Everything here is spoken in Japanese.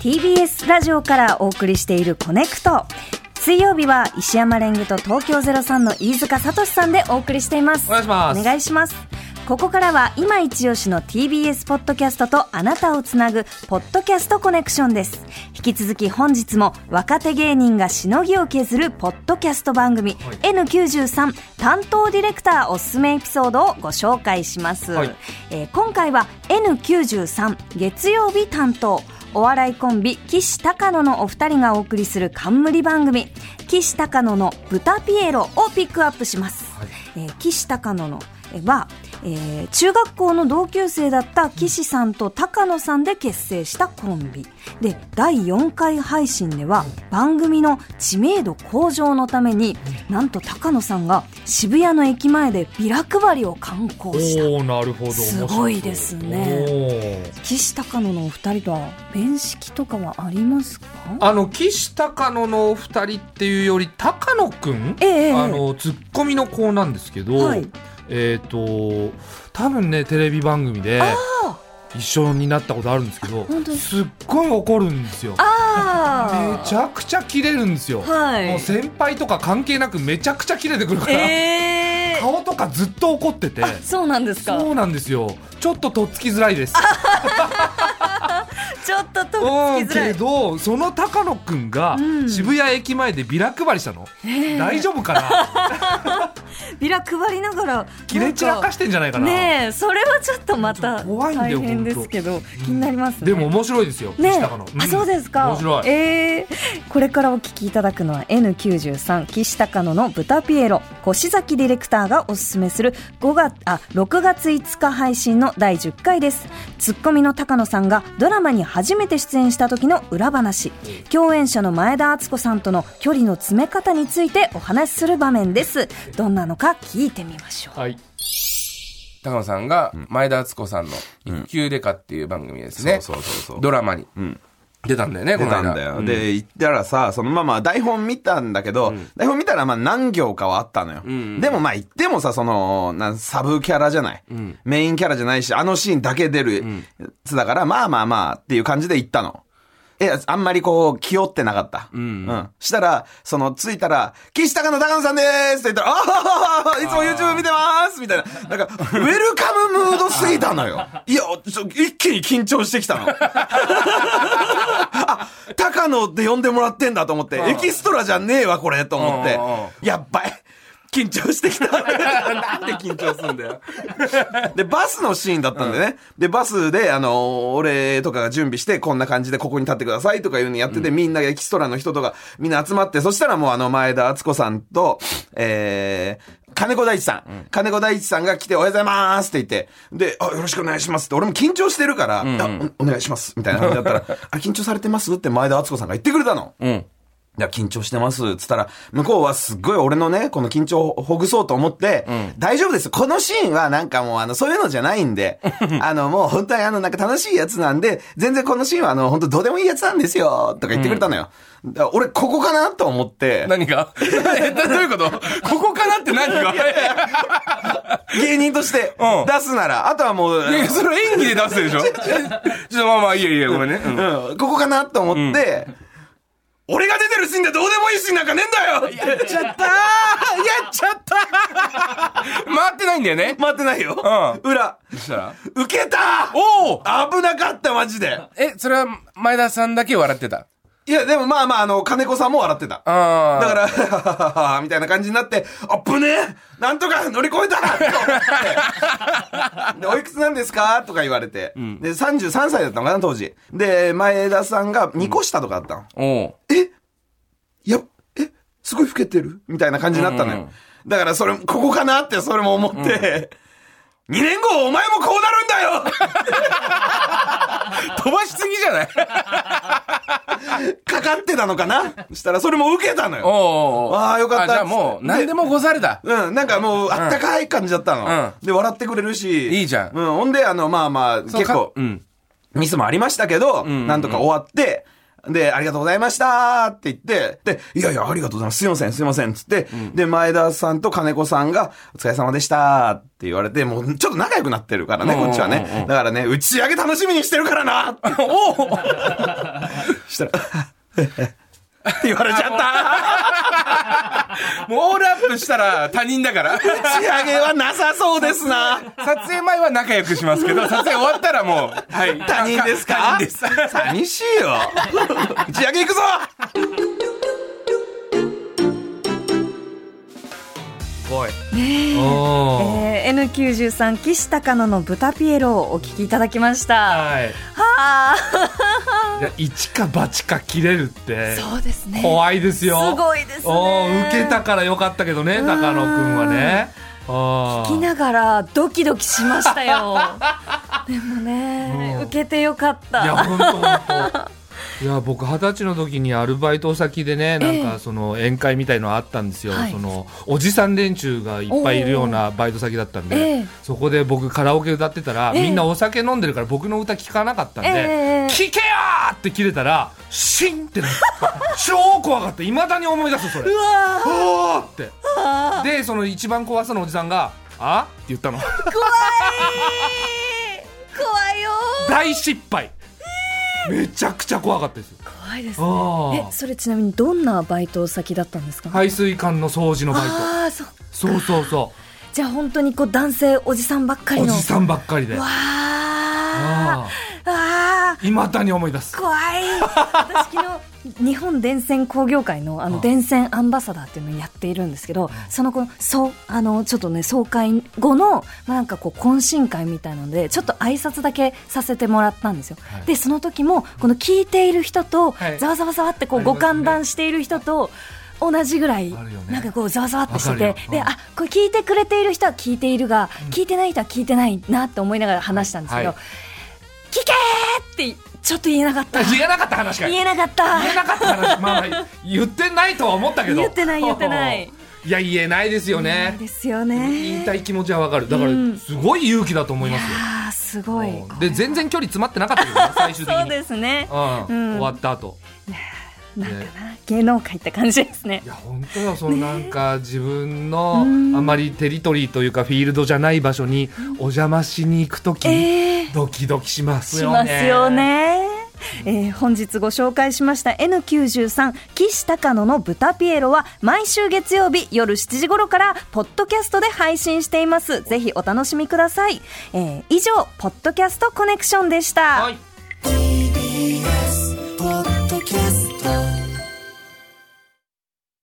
TBS ラジオからお送りしているコネクト水曜日は石山レンゲと東京03の飯塚聡さんでお送りしていますお願いしますお願いしますここからは今一押しの TBS ポッドキャストとあなたをつなぐポッドキャストコネクションです引き続き本日も若手芸人がしのぎを削るポッドキャスト番組、はい N93 担当ディレクターおすすめエピソードをご紹介します、はいえー今回は N93 月曜日担当お笑いコンビ岸高野のお二人がお送りする冠番組「岸高野の豚ピエロ」をピックアップします、はいえー岸高野のえーは、えー中学校の同級生だった岸さんと高野さんで結成したコンビで第4回配信では番組の知名度向上のためになんと高野さんが渋谷の駅前でビラ配りを敢行したおおなるほどすごいですねね岸高野のお二人とは面識とかはありますかあの岸高野のお二人っていうより高野くん、ええええあのツッコミの子なんですけど、はいえっ、と多分ねテレビ番組で一緒になったことあるんですけど本当ですすっごい怒るんですよああめちゃくちゃキレるんですよ、はいもう先輩とか関係なくめちゃくちゃキレてくるから、ええ顔とかずっと怒っててあそうなんですかそうなんですよちょっととっつきづらいですちょっととっうんつきづらけいどその高野くんがうん渋谷駅前でビラ配りしたの、大丈夫か なビラ配りながら切れ散らかししてんじゃないかなねえそれはちょっとまた怖いんだ大よ変ですけど気になりますねでも面白いですよ、ね岸高野、んあそうですか面白い、えーこれからお聞きいただくのは N93 岸高野の豚ピエロ越崎ディレクターがおすすめする5月あ6月5日配信の第10回ですツッコミの高野さんがドラマに初めて出演した時の裏話共演者の前田敦子さんとの距離の詰め方についてお話しする場面ですどんなのか聞いてみましょうはい高野さんが前田敦子さんの「一級デカ」っていう番組ですね、そうそうそうそうドラマに、出たんだよねこ出の間たんだよ。で、行ったらさ、そのまあまあ台本見たんだけど、台本見たらまあ何行かはあったのよ。でもまあ言ってもさ、その、なんサブキャラじゃない、メインキャラじゃないし、あのシーンだけ出るやつだから、まあまあまあっていう感じで行ったの。え、あんまりこう、気負ってなかった。うん。したら、その、着いたら、岸高野高野さんでーすって言ったら、ああいつも YouTube 見てますみたいな。なんか、ウェルカムムードすぎた のよ。いや、ちょ一気に緊張してきたの。あ、高野で呼んでもらってんだと思って、エキストラじゃねえわ、これ、と思ってうんうんうん。やっばい。緊張してきた。 なんで緊張すんだよ。で、バスのシーンだったんでね。で、バスで、あの、俺とかが準備して、こんな感じでここに立ってくださいとかいうのやってて、みんなエキストラの人とか、みんな集まって、そしたらもうあの、前田敦子さんと、えー、金子大地さん,、金子大地さんが来て、おはようございますって言って、で、あ、よろしくお願いしますって、俺も緊張してるから、あおお願いしますみたいな感じだったら、あ、緊張されてますって前田敦子さんが言ってくれたの。いや、緊張してます。つったら、向こうはすっごい俺のね、この緊張をほぐそうと思って、大丈夫です。このシーンはなんかもう、あの、そういうのじゃない んで、あの、もう本当にあの、なんか楽しいやつなんで、全然このシーンはあの、本当どうでもいいやつなんですよ、とか言ってくれたのよ。だから俺、ここかなと思って、何が えどういうことここかなって何がい芸人としてうん出すなら、あと はもう、やいやそれ演技で出すでしょ ちょっとまあまあいいやいいやごめんね、うんうんここかなと思って、俺が出てるシーンでどうでもいいシーンなんかねえんだよやっちゃったーやっちゃった回ってないんだよねー待ってないよ。裏。そしたら受けたーおお危なかった、マジで。えそれは前田さんだけ笑ってたいや、でもまあまあ、あの、金子さんも笑ってた。だかああら、は はははみたいな感じになって、あっぶねえなんとか乗り越えたと 思って。で、おいくつなんですかとか言われて。で、33歳だったのかな、当時。で、前田さんが2個下とかだったの。おうえいや、えすごい老けてるみたいな感じになったのよ。うんうんだから、それ、ここかなって、それも思って、2年後、お前もこうなるんだよ 飛ばしすぎじゃないかかってたのかなしたら、それも受けたのよ。おうおうおうあーよかったじゃあもう何でもござるだうん、なんかもう、あったかい感じだったの。うで、笑ってくれるし。いいじゃんうん、ほんで、あの、まあまあ、結そうか構、うんミスもありましたけど、なんとか終わって、で、ありがとうございましたって言って、で、いやいや、ありがとうございます。すいません、すいません、つって、で、前田さんと金子さんが、お疲れ様でしたって言われて、もうちょっと仲良くなってるからね、こっちはね。だからね、打ち上げ楽しみにしてるからなって 言ってしたら、って言われち ゃったもうオールアップしたら他人だから。撮打ち上げはなさそうですな影前は仲良くしますけど、撮影終わったらもう、はい。他人です他か人です。寂し いよ打ち上げ行くぞおい。えおーー、N93 岸高野の豚ピエロをお聞きいただきました。はい。はあ、いや、一か八か切れるって。そうですね。怖いですよ。すごいですねおー受けたからよかったけどね、ん高野くんはね。あ聞きーながらドキドキしました よ。でもね、受けてよかっい や、た。本当本当。いや、僕二十歳の時にアルバイト先でね、なんえかその宴会みたいのあったんですよ。はいそのおじさん連中がいっぱいいるようなバイト先だったんで、ええそこで僕カラオケ歌ってたら、ええみんなお酒飲んでるから僕の歌聞かなかったんで、ええええ聞けよーって切れたら、シンってなった。超怖かった。未だに思い出すそれ。うわーおーってでその一番怖そうなおじさんが「あって言ったの怖いよ大失敗めちゃくちゃ怖かったですよー怖いですね。あえ、それちなみにどんなバイト先だったんですか、あ排水管の掃除のバイトああ、そう。そうそうそじゃあ本当にこう男性おじさんばっかうりおの。じさんばっかりでわああああいまだに思い出すー怖い私昨日日本電線工業会のあの電線アンバサダーっていうのをやっているんですけどその子そうあのちょっとね総会後の、まあ、なんかこう懇親会みたいなのでちょっと挨拶だけさせてもらったんですよ、はいでその時もこの聞いている人とはいざわざわざわってこうありまごすね歓談している人と同じぐらいあるよねなんかこうざわざわってしてわてかるようんであこれ聞いてくれている人は聞いているが聞いてない人は聞いてないなって思いながら話したんですけど、はい聞けーってちょっと言えなか った言えなかった話か言言えなかったえなかった話まあまあ言ってないとは思ったけど言ってない言ってない いや言えないですよそうねですよね言いたい気持ちはわかるだからうんすごい勇気だと思いますよあーすごいうんで全然距離詰まってなかったけ どね最終的にそうですねうんうん終わった後なんかな芸能界って感じですねいや本当よそのなんか自分のあうんんまりテリトリーというかフィールドじゃない場所にお邪魔しに行くときえードキドキしますしよまね。すよ。ね。えー本日ご紹介しました N93 岸高野の豚ピエロは毎週月曜日夜7時頃からポッドキャストで配信しています。ぜひお楽しみください。えー以上、ポッドキャストコネクションでした。はい。 TBS